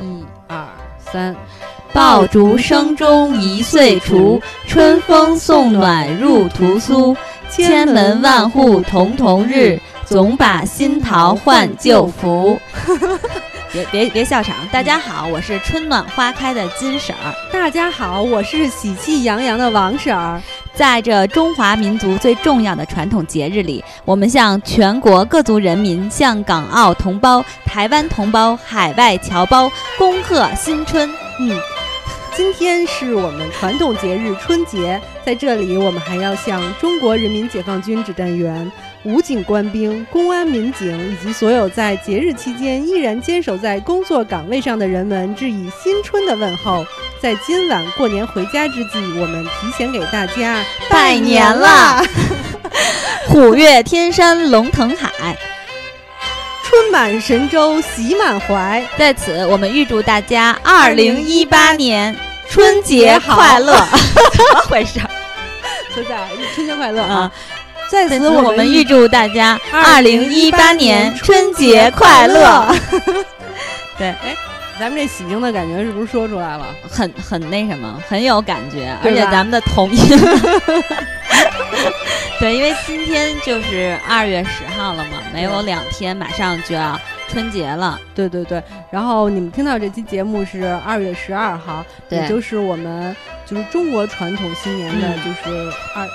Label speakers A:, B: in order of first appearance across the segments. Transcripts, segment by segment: A: 一二三，
B: 爆竹声中一岁除，春风送暖入屠苏。千门万户曈曈日，总把新桃换旧符。 别别别笑场！大家好，我是春暖花开的金婶儿。
A: 大家好，我是喜气洋洋的王婶儿。
B: 在这中华民族最重要的传统节日里，我们向全国各族人民、向港澳同胞、台湾同胞、海外侨胞恭贺新春。
A: 嗯，今天是我们传统节日春节，在这里我们还要向中国人民解放军指战员、武警官兵、公安民警以及所有在节日期间依然坚守在工作岗位上的人们致以新春的问候。在今晚过年回家之际，我们提前给大家
B: 拜年 啦！虎跃天山龙腾海，
A: 春满神州喜满怀。
B: 在此我们预祝大家二零一八年春节快 乐！怎么回事？
A: 村长，春节快乐啊！
B: 啊！
A: 在
B: 在
A: 此
B: 此
A: 我
B: 我
A: 们
B: 们
A: 预
B: 预祝大家二零一八年春节快乐！。
A: 哎咱们这喜庆的感觉是不是说出来了？
B: 很很那什么，很有感觉，而
A: 对
B: 且
A: 吧
B: 咱们的同音。 对，因为今天就是二月十号了嘛，没有两天，马上就要春节了。
A: 对对对。然后你们听到这期节目是二月十二号，
B: 对
A: 也就是我们就是中国传统新年的
B: 嗯
A: 就是二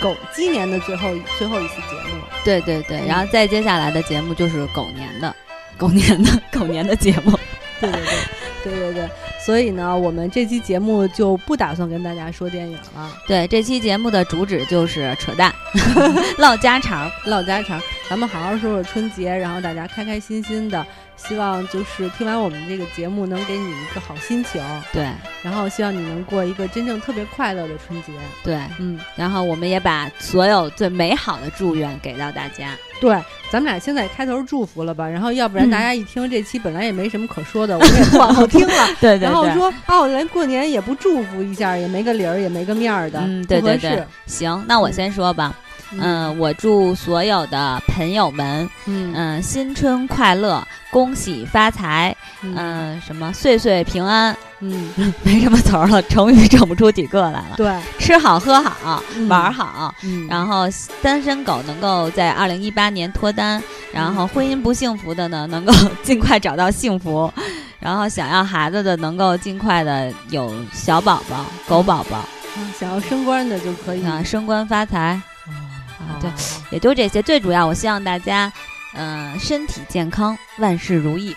A: 狗鸡年的最后一最后一期节 目了。
B: 对对对，然后再接下来的节目就是狗年的， 狗年的狗年的节目。
A: 对对对。对对对，所以呢，我们这期节目就不打算跟大家说电影了，
B: 对，这期节目的主旨就是扯淡， 唠家常。
A: 唠家常，咱们好好说说春节，然后大家开开心心的。希望就是听完我们这个节目，能给你一个好心情，
B: 对
A: 然后希望你能过一个真正特别快乐的春节。
B: 对，
A: 嗯，
B: 然后我们也把所有最美好的祝愿给到大家。
A: 对，咱们俩现在开头祝福了吧，然后要不然
B: 嗯
A: 大家一听这期本来也没什么可说的，我们也不往后听了。
B: 对对
A: 然后说哦，连过年也不祝福一下，也没个理儿，也没个面儿的，
B: 嗯
A: 不
B: 对对
A: 合
B: 对
A: 适。
B: 行，那我
A: 嗯
B: 先说吧。嗯，我祝所有的朋友们，
A: 嗯
B: 嗯，新春快乐，恭喜发财，
A: 嗯
B: 嗯，什么岁岁平安，
A: 嗯，
B: 没什么词儿了，成语整不出几个来了。
A: 对，
B: 吃好喝好，
A: 嗯
B: 玩儿，好，
A: 嗯
B: 然后单身狗能够在二零一八年脱单，然后婚姻不幸福的呢， 能够尽快找到幸福，然后想要孩子的能够尽快的有小宝宝、狗宝宝，哦
A: 嗯想要升官的就可以
B: 啊，升官发财，
A: 啊
B: 对也就这些。最主要，我希望大家，呃，身体健康，万事如意。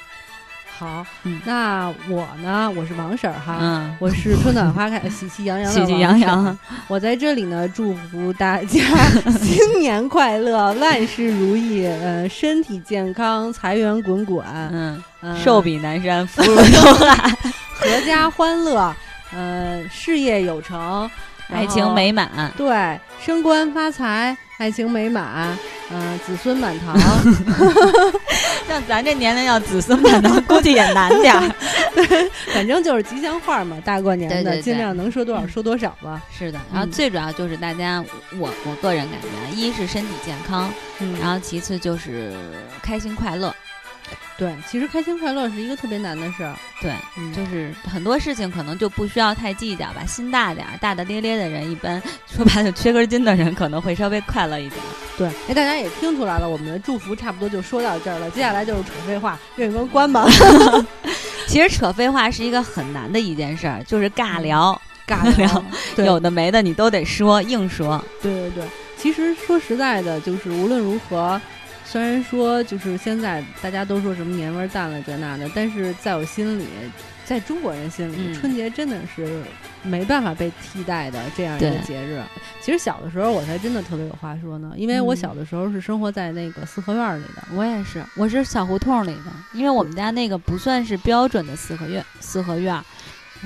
A: 好
B: 嗯，
A: 那我呢，我是王婶儿哈。
B: 嗯，
A: 我是春暖花开、喜气洋洋的
B: 喜
A: 王
B: 气洋嗯
A: 婶儿
B: 洋。。
A: 我在这里呢，祝福大 家新年快乐，万事如意，呃，身体健康，财源滚滚，
B: 嗯，
A: 呃
B: 寿比南山，福如东 海，
A: 阖家欢乐，呃，事业有成，然后
B: 爱情美满。
A: 对，升官发财，爱情美满，呃，子孙满 堂，
B: 像咱这年龄要子孙满堂，估计也难点儿。
A: 反正就是吉祥话嘛，大过年的，
B: 对对对
A: 尽量能说多少说多少吧。
B: 是的，然后
A: 嗯
B: 最主要就是大家，我我个人感觉啊，一是身体健康，
A: 嗯，
B: 然后其次就是开心快乐。
A: 对，其实开心快乐是一个特别难的事儿，
B: 对，
A: 嗯，
B: 就是很多事情可能就不需要太计较吧，心大点儿，大大咧咧的人，一般说白了缺根筋的人，可能会稍微快乐一 点。
A: 对，哎，大家也听出来了，我们的祝福差不多就说到这儿了，接下来就是纯废话，愿意关关 吧，
B: 其实扯废话是一个很难的一件事儿，就是尬聊，
A: 尬聊
B: 聊，
A: 对
B: 有的没的你都得说，硬说。
A: 对对对，其实说实在的，就是无论如何，虽然说就是现在大家都说什么年味儿淡了这那的，但是在我心里，在中国人心里，
B: 嗯
A: 春节真的是没办法被替代的这样一个
B: 对
A: 节日。其实小的时候我才真的特别有话说呢，因为我
B: 嗯
A: 小的时候是生活在那个四合院儿里的。
B: 我也是，我是小胡同里的，因为我们家那个不算是标准的四合院，四合院儿，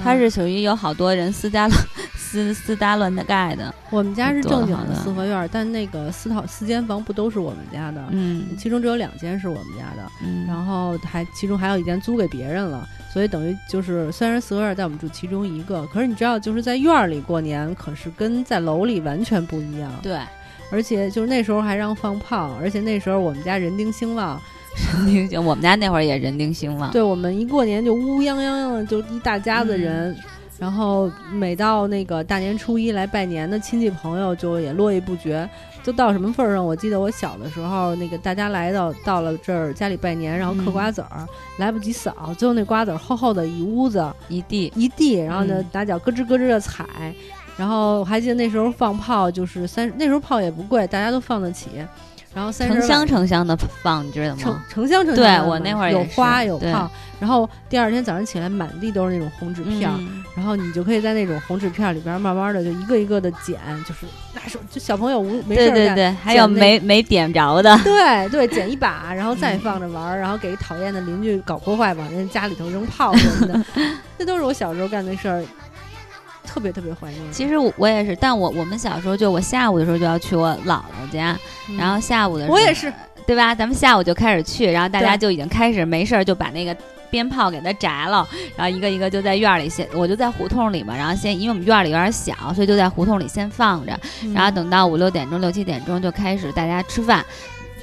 B: 它
A: 嗯
B: 是属于有好多人私家乱 私私搭乱盖的。
A: 我们家是
B: 多
A: 正经
B: 好
A: 的
B: 的
A: 四合院儿，但那个四套四间房不都是我们家的，
B: 嗯
A: 其中只有两间是我们家的。
B: 嗯
A: 然后还其中还有一间租给别人了，所以等于就是虽然四合院在我们住其中一个，可是你知道就是在院儿里过年，可是跟在楼里完全不一样。
B: 对，
A: 而且就是那时候还让放炮，而且那时候我们家人丁兴旺，
B: 人丁兴，我们家那会儿也人丁兴旺。
A: 对我们一过年就乌乌泱泱的，就一大家子人。
B: 嗯
A: 然后每到那个大年初一来拜年的亲戚朋友就也络绎不绝，就到什么份儿上？我记得我小的时候，那个大家来到到了这儿家里拜年，然后嗑
B: 嗯
A: 瓜子儿，来不及扫，最后那瓜子儿厚厚的一屋子
B: 一地，
A: 一地，然后呢
B: 嗯
A: 拿脚咯吱咯吱的踩。然后我还记得那时候放炮，就是三那时候炮也不贵，大家都放得起。然后三十
B: 成
A: 晚
B: 箱成箱的放，你知道
A: 成
B: 吗？
A: 成箱成箱
B: 嗯对
A: 的
B: 我
A: 嘛
B: 那会儿
A: 有
B: 也是
A: 花有
B: 对
A: 炮，然后第二天早上起来满地都是那种红纸片儿，
B: 嗯
A: 然后你就可以在那种红纸片儿里边儿慢慢的就一个一个的捡，就是那时候就小朋友无没事
B: 对
A: 儿
B: 对
A: 干
B: 对，还有
A: 那嗯
B: 没没点着的，
A: 对对捡一把，然后再
B: 嗯
A: 放着玩儿，然后给讨厌的邻居搞破坏，往人家里头扔炮什么 的，那都是我小时候干的事儿，特别特别怀念。
B: 其实我我也是，但我我们小时候就我下午的时候就要去我姥姥家，
A: 嗯
B: 然后下午的时候
A: 我也是，
B: 对吧？咱们下午就开始去，然后大家
A: 对
B: 就已经开始没事儿就把那个鞭炮给它炸了，然后一个一个就在院儿里先，我就在胡同里嘛，然后先因为我们院儿里有点小，所以就在胡同里先放着，然后
A: 嗯
B: 等到五六点钟、六七点钟就开始大家吃饭。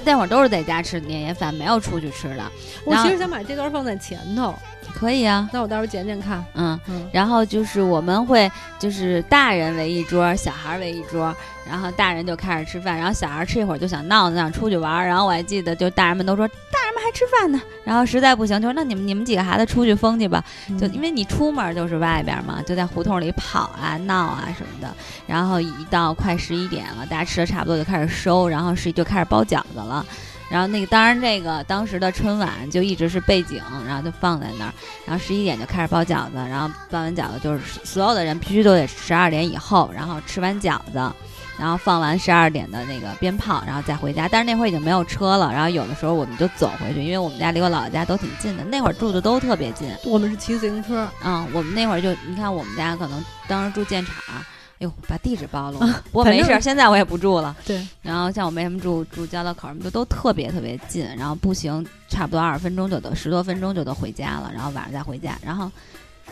B: 那会儿都是在家吃年夜饭，没有出去吃的，
A: 我
B: 然
A: 其
B: 后
A: 实想把这段放在前头，
B: 可以啊，
A: 那我到时候捡捡看。
B: 嗯。
A: 嗯，
B: 然后就是我们会就是大人为一桌，小孩儿为一桌，然后大人就开始吃饭，然后小孩儿吃一会儿就想闹，想出去玩儿。然后我还记得，就大人们都说大人们还吃饭呢，然后实在不行就说那你们你们几个孩子出去疯去吧，就因
A: 为
B: 为你出门就是外边嘛，就在胡同里跑啊闹啊什么的。然后一到快十一点了，大家吃的差不多就开始收，然后十一就开始包饺子了。然后那个当然这个当时的春晚就一直是背景，然后就放在那儿。然后十一点就开始包饺子，然后包完饺子就是所有的人必须都得十二点以后，然后吃完饺子。然后放完十二点的那个鞭炮，然后再回家。但是那会儿已经没有车了，然后有的时候我们就走回去，因为我们家离我姥姥家都挺近的。那会儿住的都特别近，
A: 我们是骑自行车，
B: 嗯，我们那会儿就，你看我们家可能当时住建厂，哎呦，把地址暴露了。不过
A: 啊反
B: 没事，
A: 正
B: 儿，现在我也不住了。
A: 对，
B: 然后像我妹他们住住交道口儿，我们就都特别特别近，然后步行差不多二十分钟就得，十多分钟就得回家了，然后晚上再回家，然后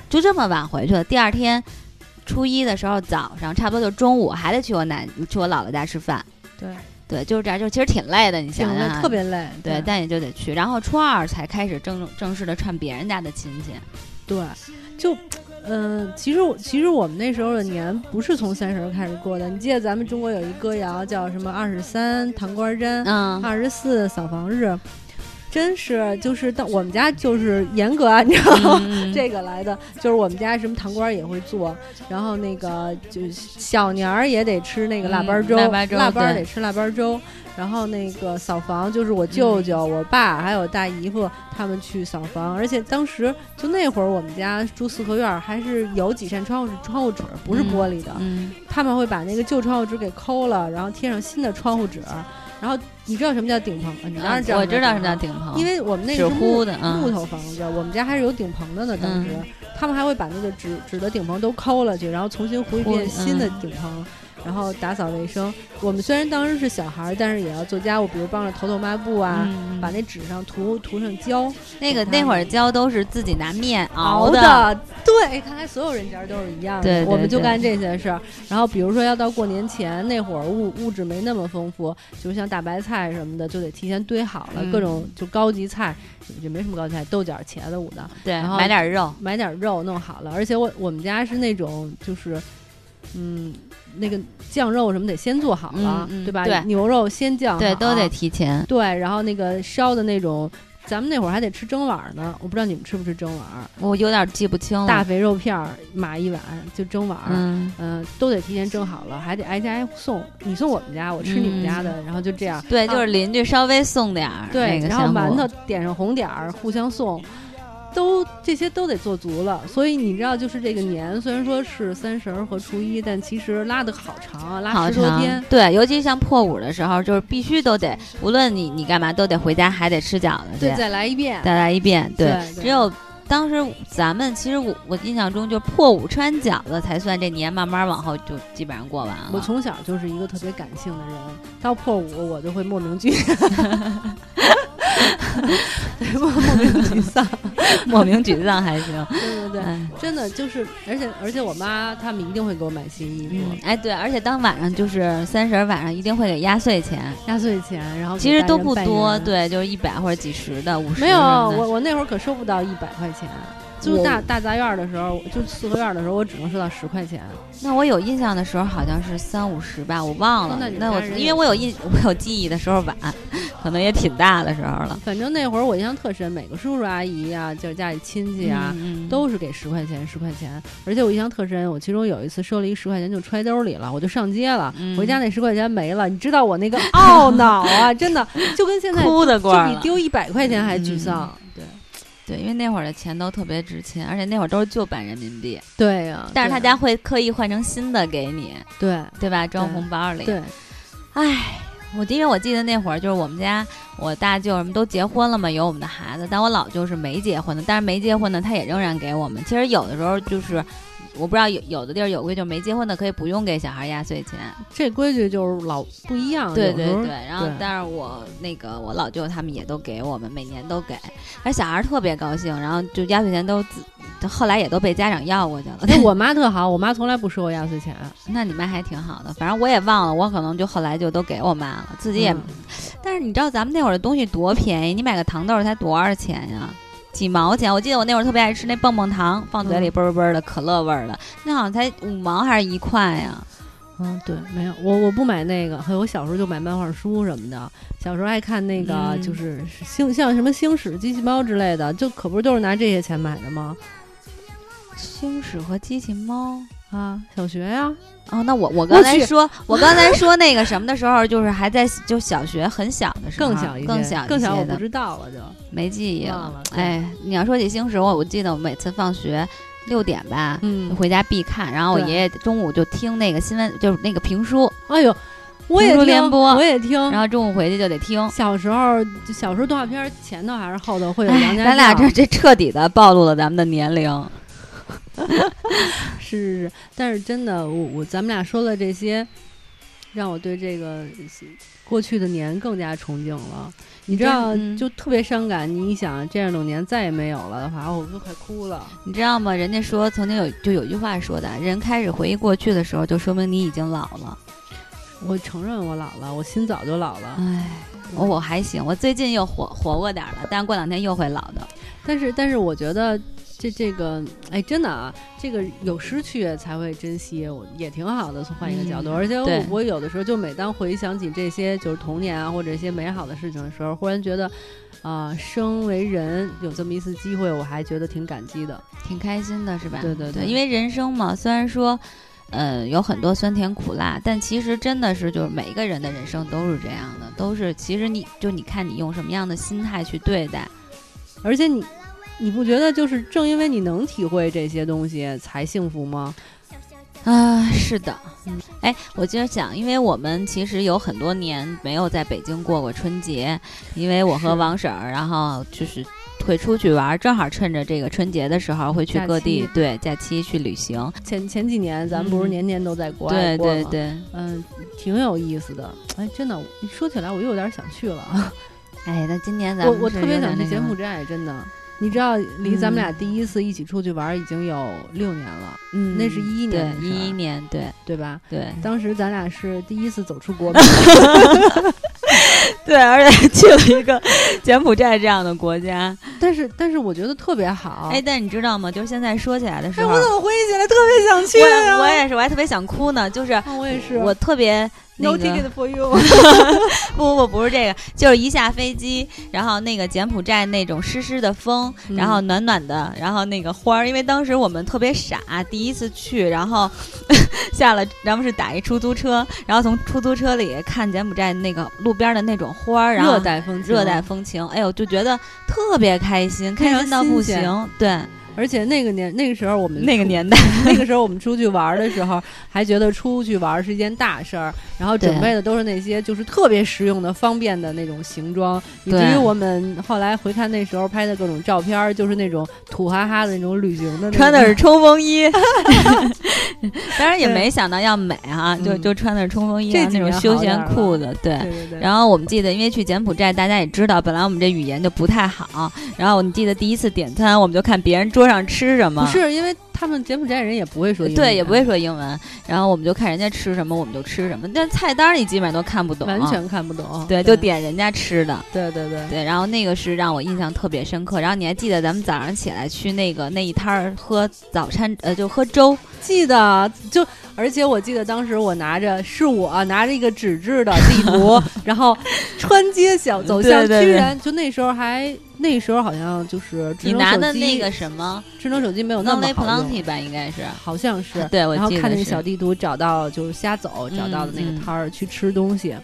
B: 就这么晚回去了。第二天初一的时候早上，差不多就中午还得去我奶去我姥姥家吃饭。
A: 对
B: 对，就是这样，就其实挺累的，你
A: 挺
B: 想想、
A: 累，
B: 啊，
A: 特别累。
B: 对，但也就得去。然后初二才开始正正式的串别人家的亲 戚。
A: 对，就，嗯、其实我其实我们那时候的年不是从三十儿开始过的。你记得咱们中国有一歌谣叫什么“二十三糖瓜粘，
B: 嗯，
A: 二十四扫房日”，真是就是到我们家就是严格按照
B: 嗯
A: 这个来的，就是我们家什么糖瓜也会做，然后那个就是小年儿也得吃那个腊八
B: 嗯
A: 粥，
B: 腊八粥
A: 腊八儿
B: 对
A: 得吃腊八粥。然后那个扫房就是我舅舅、我爸还有大姨夫他们去扫房，而且当时就那会儿我们家住四合院儿，还是有几扇窗户是窗户纸，不是
B: 嗯
A: 玻璃的。
B: 嗯
A: 他们会把那个旧窗户纸给抠了，然后贴上新的窗户纸。然后你知道什么叫顶棚？你当然知道、
B: 啊我知道是叫，顶棚，
A: 因为我们那个
B: 纸
A: 是木
B: 糊的啊
A: 木头房子，我们家还是有顶棚的呢。当时、
B: 嗯
A: 他们还会把那个纸纸的顶棚都抠了去，然后重新糊一
B: 糊
A: 遍新
B: 嗯
A: 的顶棚，然后打扫卫生。我们虽然当时是小孩儿，但是也要做家务，比如帮着投投抹布啊。
B: 嗯
A: 把那纸上涂涂上胶
B: 那个那会儿浇都是自己拿面
A: 熬
B: 的，
A: 的，对，看来所有人家都是一样的。
B: 对对
A: 我们就
B: 对
A: 干这些事儿。然后比如说要到过年前那会儿物物质没那么丰富，就像大白菜什么的就得提前堆好了，
B: 嗯
A: 各种就高级菜也没什么高级菜，豆角、茄子、五的，
B: 对，
A: 然后
B: 买点肉，
A: 买点肉弄好了，而且我我们家是那种就是，嗯，那个酱肉什么得先做好了，
B: 嗯嗯
A: 对吧？
B: 对
A: 牛肉先酱好
B: 对，都得提前。
A: 对，然后那个烧的那种，咱们那会儿还得吃蒸碗儿呢，我不知道你们吃不吃蒸碗儿，
B: 我有点记不清了。
A: 大肥肉片儿码一碗就蒸碗儿。嗯
B: 嗯，
A: 都得提前蒸好了，还得挨家挨户送。你送我们家，我吃你们家
B: 嗯
A: 的，然后就这样。
B: 对，就是邻居稍微送点儿
A: 嗯对，
B: 那个
A: 然后
B: 香
A: 馒
B: 火
A: 头点上红点儿，互相送，都这些都得做足了。所以你知道，就是这个年虽然说是三十儿和初一，但其实拉的好长啊，拉
B: 好
A: 十多
B: 长
A: 天。，
B: 对，尤其像破五的时候，就是必须都得，无论你你干嘛，都得回家，还得吃饺子去，
A: 对，再来一遍。
B: 再来一遍。对，
A: 对，对
B: 只有当时咱们其实我我印象中，就破五吃完饺子才算这年慢慢往后就基本上过完了。
A: 我从 小就是一个特别感性的人，到破五我就会莫名剧，对，莫莫名沮丧。
B: 莫名沮丧还行。
A: 对对对，
B: 哎
A: 真的就是，而且而且我妈他们一定会给我买新衣服
B: 嗯，，哎对，而且当晚上就是三十儿晚上一定会给压岁钱，
A: 压岁钱，然后给
B: 其实
A: 大
B: 都
A: 人
B: 不
A: 拜
B: 多，
A: 年。
B: 对，就是一百或者几十的、 五十。
A: 没有，我我那会儿可收不到一百块钱，就是
B: 我
A: 大大杂院儿的时候，就四合院儿的时候，我只能收到十块钱。
B: 那我有印象的时候好像是三五十吧，我忘了。
A: 那你
B: 那我
A: 家人
B: 因为我有印 我有记忆的时候晚，可能也挺大的时候了。
A: 反正那会儿我印象特深，每个叔叔阿姨啊，就是家里亲戚啊，
B: 嗯，嗯
A: 都是给十块钱十块钱。而且我印象特深，我其中有一次收了一十块钱就揣兜里了，我就上街了，
B: 嗯
A: 回家那十块钱没了。你知道我 那个懊恼啊，真的就跟现在
B: 哭的
A: 就
B: 官
A: 比
B: 了。嗯
A: 丢一百块钱还沮丧。
B: 对，因为那会儿的钱都特别值钱，而且那会儿都是旧版人民币，
A: 对对呀、
B: 但是
A: 对
B: 他家会刻意换成新的给你，
A: 对
B: 对吧？装红包里。
A: 对
B: 唉，我因为我记得那会儿就是我们家我大舅什么都结婚了嘛，有我们的孩子，但我老舅是没结婚的，但是没结婚的他也仍然给我们。其实有的时候就是。我不知道有有的地儿有规矩，没结婚的可以不用给小孩压岁钱。
A: 这规矩就是老不一样，
B: 对
A: 嗯有时
B: 对
A: 候
B: 对，然后
A: 对
B: 但是我那个我老舅他们也都给我们，每年都给，而小孩儿特别高兴，然后就压岁钱都自，都后来也都被家长要过去了。
A: 那我妈特好，我妈从来不收我压岁钱，
B: 那你妈还挺好的，反正我也忘了，我可能就后来就都给我妈了，自己也。
A: 嗯
B: 但是你知道咱们那会儿的东西多便宜，你买个糖豆儿才多少钱呀？几毛钱？我记得我那会儿特别爱吃那棒棒糖，放嘴里
A: 嗯
B: 嘣儿嘣儿的，可乐味儿的，那好像才五毛还是一块呀？
A: 嗯，对，没有我我不买那个，还有我小时候就买漫画书什么的，小时候爱看那个、
B: 嗯
A: 就是星像什么星矢、机器猫之类的，就可不是都是拿这些钱买的吗？
B: 星矢和机器猫。
A: 啊，小学呀、
B: 哦，那我我刚才
A: 去
B: 说，我刚才说那个什么的时候，就是还在就小学很小的时候，
A: 更
B: 更
A: 小一些，
B: 更
A: 更
B: 小
A: 小，我
B: 些
A: 不
B: 的，
A: 知道了就，
B: 没记忆
A: 忘了对
B: 哎，你要说起星矢，我我记得我每次放学六点吧，
A: 嗯，
B: 回家必看，然后我
A: 对
B: 爷爷中午就听那个新闻，就是那个评书，
A: 哎呦，我也
B: 评
A: 听
B: 书联播
A: 我也听，
B: 然后中午回去就得听。
A: 小时候就小时候动画片前头还是后头会有
B: 哎，
A: 杨家
B: 咱俩
A: 将
B: 这这彻底的暴露了咱们的年龄。
A: 是是是，但是真的，我我咱们俩说了这些，让我对这个过去的年更加憧憬了。你知
B: 这
A: 道，
B: 嗯
A: 就特别伤感。你一想这样的年再也没有了的话，我都快哭了。
B: 你知道吗？人家说曾经有就有一句话说的，人开始回忆过去的时候，就说明你已经老了。
A: 我承认我老了，我心早就老了。
B: 唉，我我还行，我最近又活活过点儿了，但是过两天又会老的。
A: 但是，但是我觉得这这个，哎，真的啊，这个有失去才会珍惜，我也挺好的。从换一个角度，
B: 嗯
A: 而且我
B: 对
A: 我有的时候就每当回想起这些就是童年啊或者一些美好的事情的时候，忽然觉得，啊、生为人有这么一次机会，我还觉得挺感激的。
B: 挺开心的，是吧？
A: 对对对
B: 因为人生嘛，虽然说，呃，有很多酸甜苦辣，但其实真的是就是每一个人的人生都是这样的，都是其实你就你看你用什么样的心态去对待，
A: 而且你，你不觉得就是正因为你能体会这些东西才幸福吗？
B: 啊，是的
A: 嗯，
B: 哎，我今儿想，因为我们其实有很多年没有在北京过过春节，因为我和
A: 是
B: 王婶儿，然后就是会出去玩儿，正好趁着这个春节的时候会去
A: 假
B: 各
A: 期
B: 地，对，假期去旅行，
A: 前前几年咱们不是年年都在国外
B: 嗯对
A: 过吗？
B: 对对，
A: 嗯，挺有意思的。哎，真的，你说起来我又有点想去了。
B: 哎，那今年咱
A: 我
B: 们
A: 我
B: 是
A: 特别
B: 有
A: 想
B: 点
A: 去
B: 那
A: 柬
B: 个嗯
A: 埔寨，真的。你知道，离咱们俩第一次一起出去玩儿已经有六年了，
B: 嗯，
A: 那是11年的
B: 对，
A: 事儿
B: 一一年，对
A: 对吧？
B: 对
A: 当时咱俩是第一次走出国门，
B: 对，而且去了一个柬埔寨这样的国家。
A: 但是但是我觉得特别好。
B: 哎，但你知道吗？就是现在说起来的时
A: 哎，
B: 候，
A: 我怎么回忆起来特别想去
B: 我
A: 呀、
B: 我也是，我还特别想哭呢，就是。
A: 啊我也是，
B: 我特别那
A: no
B: 个
A: ticket for you。
B: 不不不不是这个，就是一下飞机，然后那个柬埔寨那种湿湿的风，
A: 嗯
B: 然后暖暖的，然后那个花儿，因为当时我们特别傻，第一次去，然后 下了，然后是打一出租车，然后从出租车里看柬埔寨那个路边的那种花儿，然后
A: 热带风情，
B: 热带，风情，哎呦，就觉得特别开心，
A: 非常
B: 开心到不
A: 新鲜
B: 行。对，
A: 而且那个年那个时候我们
B: 那个年 代，
A: 那个时候我们出去玩儿的时候，还觉得出去玩儿是一件大事儿，然后准
C: 对
A: 备的都是那些就是特别实用的、方便的那种行装，以至
C: 对
A: 于我们后来回看那时候拍的各种照片儿，就是那种土哈哈的那种旅行的那种，
B: 穿的是冲锋衣， 当然也
A: 对
B: 没想到要美哈，就
A: 嗯
B: 就穿的是冲锋衣，
A: 这
B: 然后
A: 几
B: 那
A: 年
B: 种
A: 好
B: 休
A: 点
B: 闲
A: 儿
B: 裤子，对。
A: 对对对，
B: 然后我们记得，因为去柬埔寨，大家也知道，本来我们这语言就不太好。然后你记得第一次点餐，我们就看别人桌上吃什么，
A: 不是因为他们柬埔寨人也不会说英语
B: 对，也不会说英文。然后我们就看人家吃什么，我们就吃什么。但菜单你基本上都看不懂，
A: 啊
B: 啊
A: 完全看不懂，
B: 对，就点人家吃的。
A: 对对对。
B: 对，然后那个是让我印象特别深刻。然后你还记得咱们早上起来去那个那一摊儿喝早餐，呃，就喝粥，
A: 记得就，而且我记得当时我拿着是我拿着一个纸质的地 图，然后穿街小走
B: 对
A: 巷，
B: 对
A: 居
B: 对
A: 然就那时候还那时候好像就是智
B: 你
A: 能
B: 拿
A: 手
B: 的
A: 机
B: 那个什么
A: 智能手机没有那
B: n
A: 么
B: a
A: 好
B: Planty
A: 用，
B: 吧，应该是。
A: 好像是。
B: 对，我
A: 然后
B: 记得
A: 看那个
B: 是
A: 小地图，找到就是瞎走，找到的那
B: 嗯嗯
A: 个摊儿去吃东西。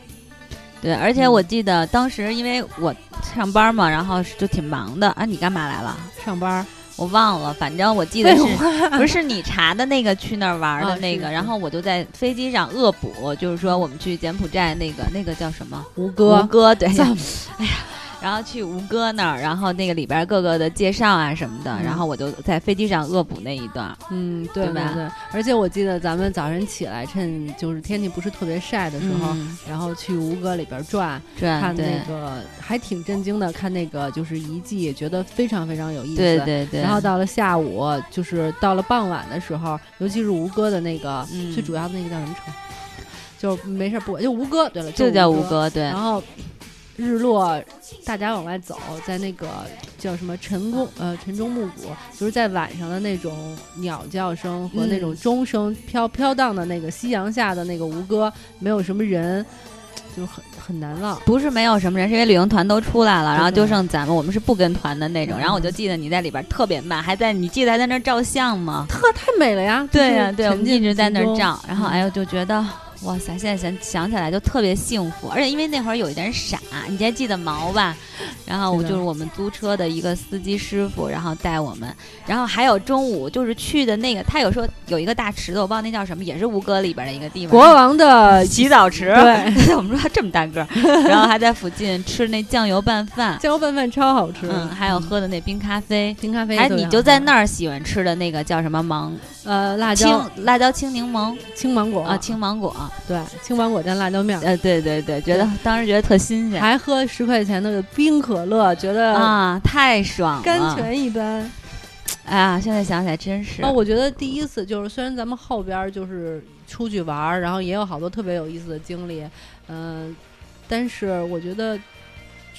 B: 对，而且
A: 嗯
B: 我记得当时因为我上班嘛，然后就挺忙的啊。你干嘛来了？
A: 上班儿，
B: 我忘了，反正我记得是
A: 废
B: 不是是你查的那个去那儿玩儿
A: 啊
B: 的
A: 是
B: 那个，
A: 是
B: 然后我就在飞机上恶补，就是说我们去柬埔寨那个那个叫什么
A: 胡
B: 吴
A: 歌，
B: 哥，对，
A: 赞
B: 哎呀，然后去吴哥那儿，然后那个里边各个的介绍啊什么的，
A: 嗯
B: 然后我就在飞机上恶补那一段儿，
A: 嗯，对
B: 对吧
A: 对。而且我记得咱们早晨起来，趁就是天气不是特别晒的时候，
B: 嗯
A: 然后去吴哥里边转，看
B: 转
A: 那
B: 嗯对
A: 个还挺震惊的，看那个就是遗迹，也觉得非常非常有意思。
B: 对对对，
A: 然后到了下午，就是到了傍晚的时候，尤其是吴哥的那个、
B: 嗯
A: 最主要的那个叫什么城，就是没事儿不管，就吴哥。对了，
B: 就叫吴
A: 吴。
B: 哥，对
A: 然后日落，大家往外走，在那个叫什么晨宫呃晨钟暮鼓，就是在晚上的那种鸟叫声和那种
B: 嗯
A: 钟声飘、飘荡的那个夕阳下的那个吴哥，没有什么人，就是很很难忘。
B: 不是没有什么人，是因为旅行团都出来了，然后
A: 对
B: 就剩咱们，我们是不跟团的那种。
A: 嗯
B: 然后我就记得你在里边特别慢，还在你记得还在那儿照相吗？
A: 特太美了呀！
B: 对呀、
A: 就是
B: 对，我们
A: 沉浸
B: 一直在那
A: 其中
B: 儿照。然后
A: 嗯
B: 哎呦，就觉得哇塞，现在想想起来就特别幸福，而且因为那会儿有一点傻，你还记得毛吧？然后我
A: 记
B: 就
A: 得
B: 是我们租车的一个司机师傅，然后带我们，然后还有中午就是去的那个，他有时候有一个大池子，我忘了那叫什么，也是吴哥里边的一个地方。
A: 国王的
B: 洗澡池，
A: 对，
B: 我们说他这么大个儿，然后还在附近吃那酱油拌 饭，
A: 酱油拌饭超好吃，
B: 嗯，还有喝的那冰咖啡，
A: 冰咖啡，嗯
B: 还有你就在那儿喜欢吃的那个叫什么芒
A: 呃辣
B: 青
A: 椒
B: 辣椒青柠檬
A: 青芒果
B: 啊，青芒果，
A: 对青芒果蘸辣椒面儿，
B: 呃，对对对，觉得当时觉得特新鲜
A: 还喝十块钱的冰可乐，觉得
B: 啊，太爽了，
A: 甘泉一般。
B: 哎呀，现在想起来真是
A: 啊，，我觉得第一次就是，虽然咱们后边儿就是出去玩儿，然后也有好多特别有意思的经历，嗯、但是我觉得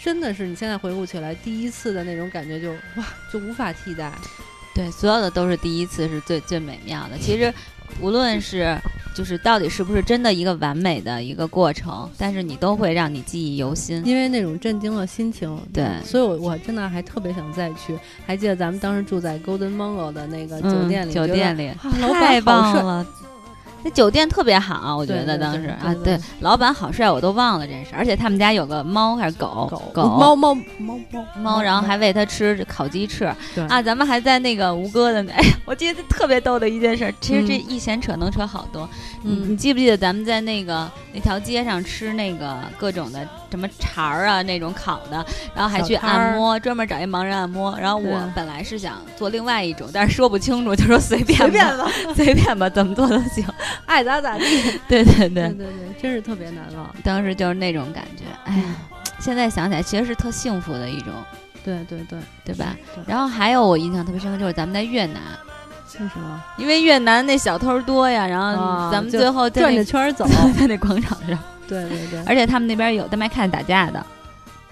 A: 真的是你现在回顾起来，第一次的那种感觉就哇，就无法替代。
B: 对，所有的都是第一次是最最美妙的。其实，无论是就是到底是不是真的一个完美的一个过程，但是你都会让你记忆犹新。
A: 因为那种震惊的心情，
B: 对
A: 所以我我真的还特别想再去。还记得咱们当时住在 Golden Mango 的那个酒店里，
B: 嗯、酒
A: 觉得
B: 店里
A: 啊老板
B: 太
A: 好
B: 棒
A: 帅
B: 了。那酒店特别好，我觉
A: 对
B: 得
A: 对
B: 当
A: 对
B: 时
A: 对
B: 啊，
A: 对
B: 对，老板好帅，我都忘了这事。而且他们家有个猫还是狗，
A: 狗
B: 狗
A: 猫猫猫猫
B: 猫，然后还喂它吃烤鸡翅
A: 对
B: 啊。咱们还在那个吴哥的那，哎呀，我记得特别逗的一件事儿。其实这
A: 嗯
B: 一闲扯能扯好多。你你
A: 嗯
B: 记不记得咱们在那个那条街上吃那个各种的什么肠儿啊那种烤的，然后还去
A: 小摊儿
B: 按摩，专门找一盲人按摩。然后我
A: 对
B: 本来是想做另外一种，但是说不清楚，就说随 便
A: 随便
B: 吧，随便吧，怎么做都行。
A: 爱咋咋地，
B: 对
A: 对
B: 对对，
A: 对对，真是特别难忘。
B: 当时就是那种感觉，哎
A: 嗯
B: 呀，现在想起来其实是特幸福的一种，
A: 对对对，
B: 对吧？
A: 对
B: 然后还有我印象特别深刻就是咱们在越南。
A: 为什么
B: 因为越南那小偷多呀，然后
A: 啊
B: 咱们
A: 就
B: 最后在
A: 转
B: 那
A: 着圈儿 走？
B: 在那广场上，
A: 对对对，
B: 而且他们那边有在麦看打架的，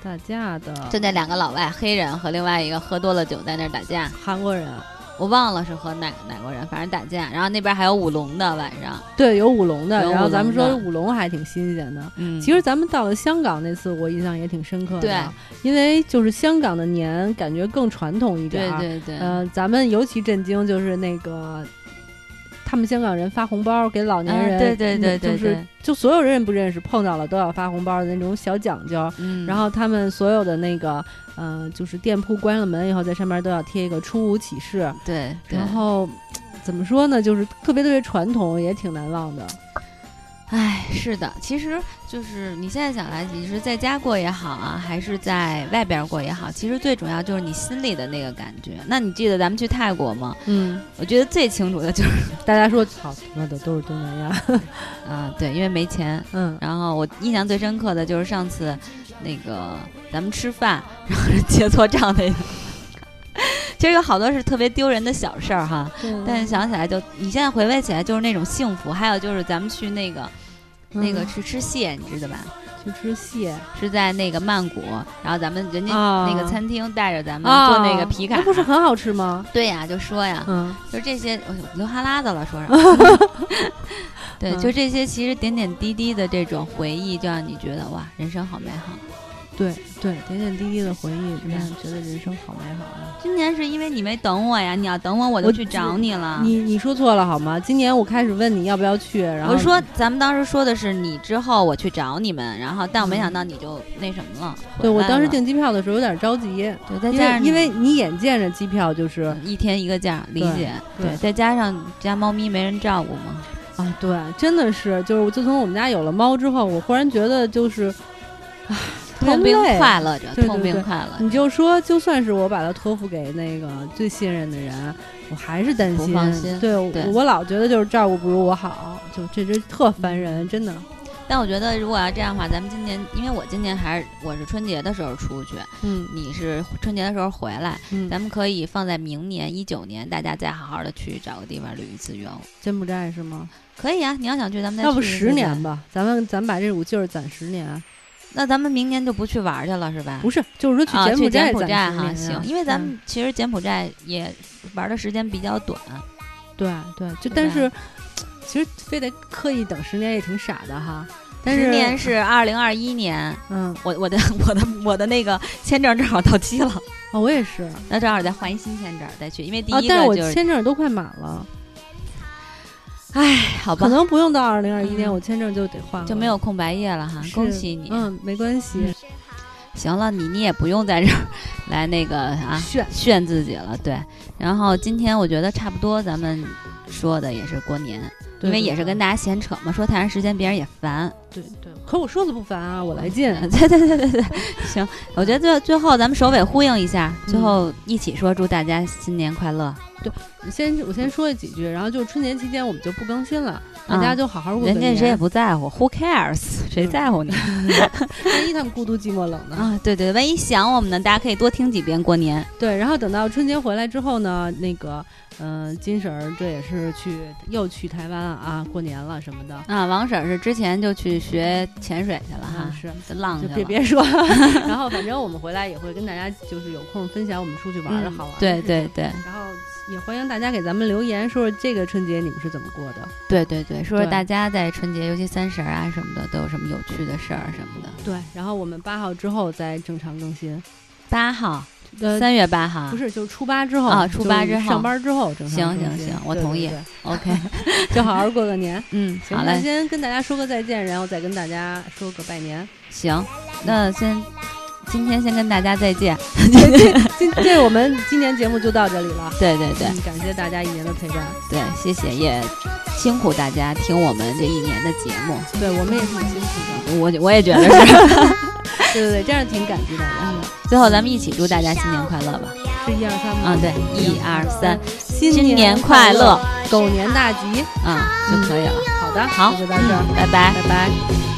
A: 打架的
B: 就那两个老外黑人和另外一个喝多了酒在那儿打架，
A: 韩国人，啊
B: 我忘了是和哪哪国人，反正打架。然后那边还有舞龙的晚上，
A: 对，有舞龙的
B: 有。
A: 然后咱们
B: 舞
A: 说
B: 龙的
A: 舞龙还挺新鲜的。
B: 嗯
A: 其实咱们到了香港那次，我印象也挺深刻的，
B: 对，
A: 因为就是香港的年感觉更传统一点
B: 对啊
A: 儿，呃
B: 对对，
A: 呃，咱们尤其震惊就是那个他们香港人发红包给老年人，
B: 嗯对对对
A: 嗯
B: 对
A: 就是
B: 对
A: 就所有人认不认识，碰到了都要发红包的那种小讲究。
B: 嗯，
A: 然后他们所有的那个，呃，就是店铺关了门以后，在上面都要贴一个初五启事。
B: 对，对
A: 然后怎么说呢，就是特别特别传统，也挺难忘的。
B: 唉，是的，其实就是你现在想来，你是在家过也好啊，还是在外边儿过也好，其实最主要就是你心里的那个感觉。那你记得咱们去泰国吗？
A: 嗯，
B: 我觉得最清楚的就是，
A: 大家说操他妈的都是东南亚。
B: 啊、对，因为没钱。
A: 嗯，
B: 然后我印象最深刻的就是上次，那个咱们吃饭，然后人结错账那个。 其实有好多是特别丢人的小事儿哈，
A: 啊嗯
B: 但是想起来就你现在回味起来就是那种幸福。还有就是咱们去那个那个
A: 嗯
B: 去吃蟹，你知道吧？
A: 去吃蟹
B: 是在那个曼谷，然后咱们人家
A: 啊
B: 那个餐厅带着咱们
A: 啊
B: 做那个皮卡，
A: 那不是很好吃吗？
B: 对呀，就说呀，
A: 嗯，
B: 就这些，哎呦流哈喇子了，说上。 对，
A: 嗯
B: 就这些，其实点点滴滴的这种回忆，就让你觉得哇，人生好美好。
A: 对对，点点滴滴的回忆
B: 吧
A: 让人觉得人生好美好啊。
B: 今年是因为你没等我呀，你要等我，我就
A: 我
B: 去找你了。
A: 你你说错了好吗？今年我开始问你要不要去，然后
B: 我说，咱们当时说的是你之后我去找你们，然后但我没想到你就那什么了。
A: 对
B: 回
A: 我
B: 来
A: 当时
B: 了
A: 订机票的时候有点着急，
B: 对，再
A: 因
B: 加
A: 为
B: 上
A: 因为
B: 你
A: 你眼见着机票就是
B: 嗯一天一个价，理
A: 对
B: 解
A: 对
B: 再加上你家猫咪没人照顾嘛，
A: 啊，对，真的是就是我自从我们家有了猫之后，我忽然觉得就是，唉，特别
B: 痛并
A: 累
B: 快乐着，
A: 对对
B: 痛并
A: 对
B: 快乐着。
A: 你就说，就算是我把它托付给那个最信任的人，我还是担
B: 不
A: 心。
B: 放心
A: 对我
B: 对
A: 我老觉得就是照顾不如我好，就这这特
B: 嗯
A: 烦人，真的。
B: 但我觉得如果要这样的话，咱们今年，因为我今年还是我是春节的时候出去，
A: 嗯
B: 你是春节的时候回来，
A: 嗯，
B: 咱们可以放在明年一九年，大家再好好的去找个地方旅一次游。
A: 柬埔寨是吗？
B: 可以啊，你要想去，咱们再
A: 要不
B: 去啊一
A: 十
B: 次
A: 年
B: 呗？
A: 吧，咱们咱们把这股劲儿攒十年，
B: 那咱们明年就不去玩去了，是吧？
A: 不是，就是说去
B: 啊，去
A: 寨
B: 柬埔
A: 攒十
B: 寨
A: 年
B: 哈
A: 啊。
B: 行，因为咱
A: 嗯
B: 们其实柬埔寨也玩的时间比较短，
A: 对对，就
B: 对
A: 但
B: 吧
A: 是其实非得刻意等十年也挺傻的哈。但是
B: 十年是二零二一年，
A: 嗯
B: 我我的我的我的那个签证正好到期了，
A: 啊，我也是啊，
B: 那正好再换一新签证再去，因为第
A: 但
B: 一
A: 是
B: 个
A: 我
B: 就是、
A: 签证都快满了，
B: 好
A: 可，
B: 吧
A: 能不用到二零二一年，
B: 嗯
A: 我签证就得换了，
B: 就没有空白页了哈，
A: 是
B: 啊恭喜你。
A: 嗯，没关系，
B: 行了，你你也不用在这儿 来那个啊
A: 炫
B: 炫自己了，对。然后今天我觉得差不多，咱们说的也是过年，因为也是跟
A: 大
B: 大家闲扯嘛，说太长时间别人也烦。
A: 对对，可我说的不烦啊，我来 劲，
B: 对对对对对，行，我觉得最最后咱们首尾呼应一下，
A: 嗯
B: 最后一起说祝大家新年快乐。
A: 先我先说几句，然后就是春节期间我们就不更新了，大家就好好过个
B: 啊人家
A: 年。
B: 谁也不在乎，Who cares？谁在乎你、
A: 万一他们孤独寂寞冷呢？
B: 啊？对对，万一想我们呢，大家可以多听几遍过年。
A: 对，然后等到春节回来之后呢，那个，嗯，金婶儿这也是去又去台湾了啊，过年了什么的，
B: 啊，王婶儿是之前就去学潜水去了哈
A: 嗯，是
B: 就浪去
A: 就
B: 了。
A: 别别说了。 然后反正我们回来也会跟大家就是有空分享我们出去玩儿的好玩儿的
B: 嗯对
A: 事情
B: 对对
A: 然后也欢迎大家给咱们留言，说说这个春节你们是怎么过的？
B: 对对对，说说
A: 对
B: 大家在春节，尤其三十儿啊什么的，都有什么有趣的事儿什么的。
A: 对，然后我们八号之后再正常更新。
B: 八号，
A: 呃，
B: 三月八号，
A: 不是，就是初八之后
B: 啊初
A: 就
B: 八之后
A: 上班之后正常
B: 行
A: 更
B: 行
A: 新
B: 行我
A: 对
B: 同
A: 对
B: 意
A: 对
B: OK，
A: 就好好过个年。
B: 嗯，
A: 行，
B: 好
A: 那
B: 嘞，
A: 先跟大家说个再见，然后再跟大家说个拜年。
B: 行，那先今天先跟大家再见。
A: 今这我们今年节目就到这里了，
B: 对对对
A: 嗯，感谢大家一年的陪伴，
B: 对，谢谢，也辛苦大家听我们这一年的节目。
A: 对我们也是很辛苦 的，
B: 我我也觉得 是。
A: 对对对，这样挺感激大家的。嗯
B: 最后咱们一起祝大家新年快乐吧！
A: 是一二三吗？
B: 啊，对，一二三，
A: 新
B: 新年快乐
A: 狗年大吉。
B: 啊就可以了。
A: 好的，
B: 好嗯
A: 就到这儿，
B: 拜拜。
A: 拜拜。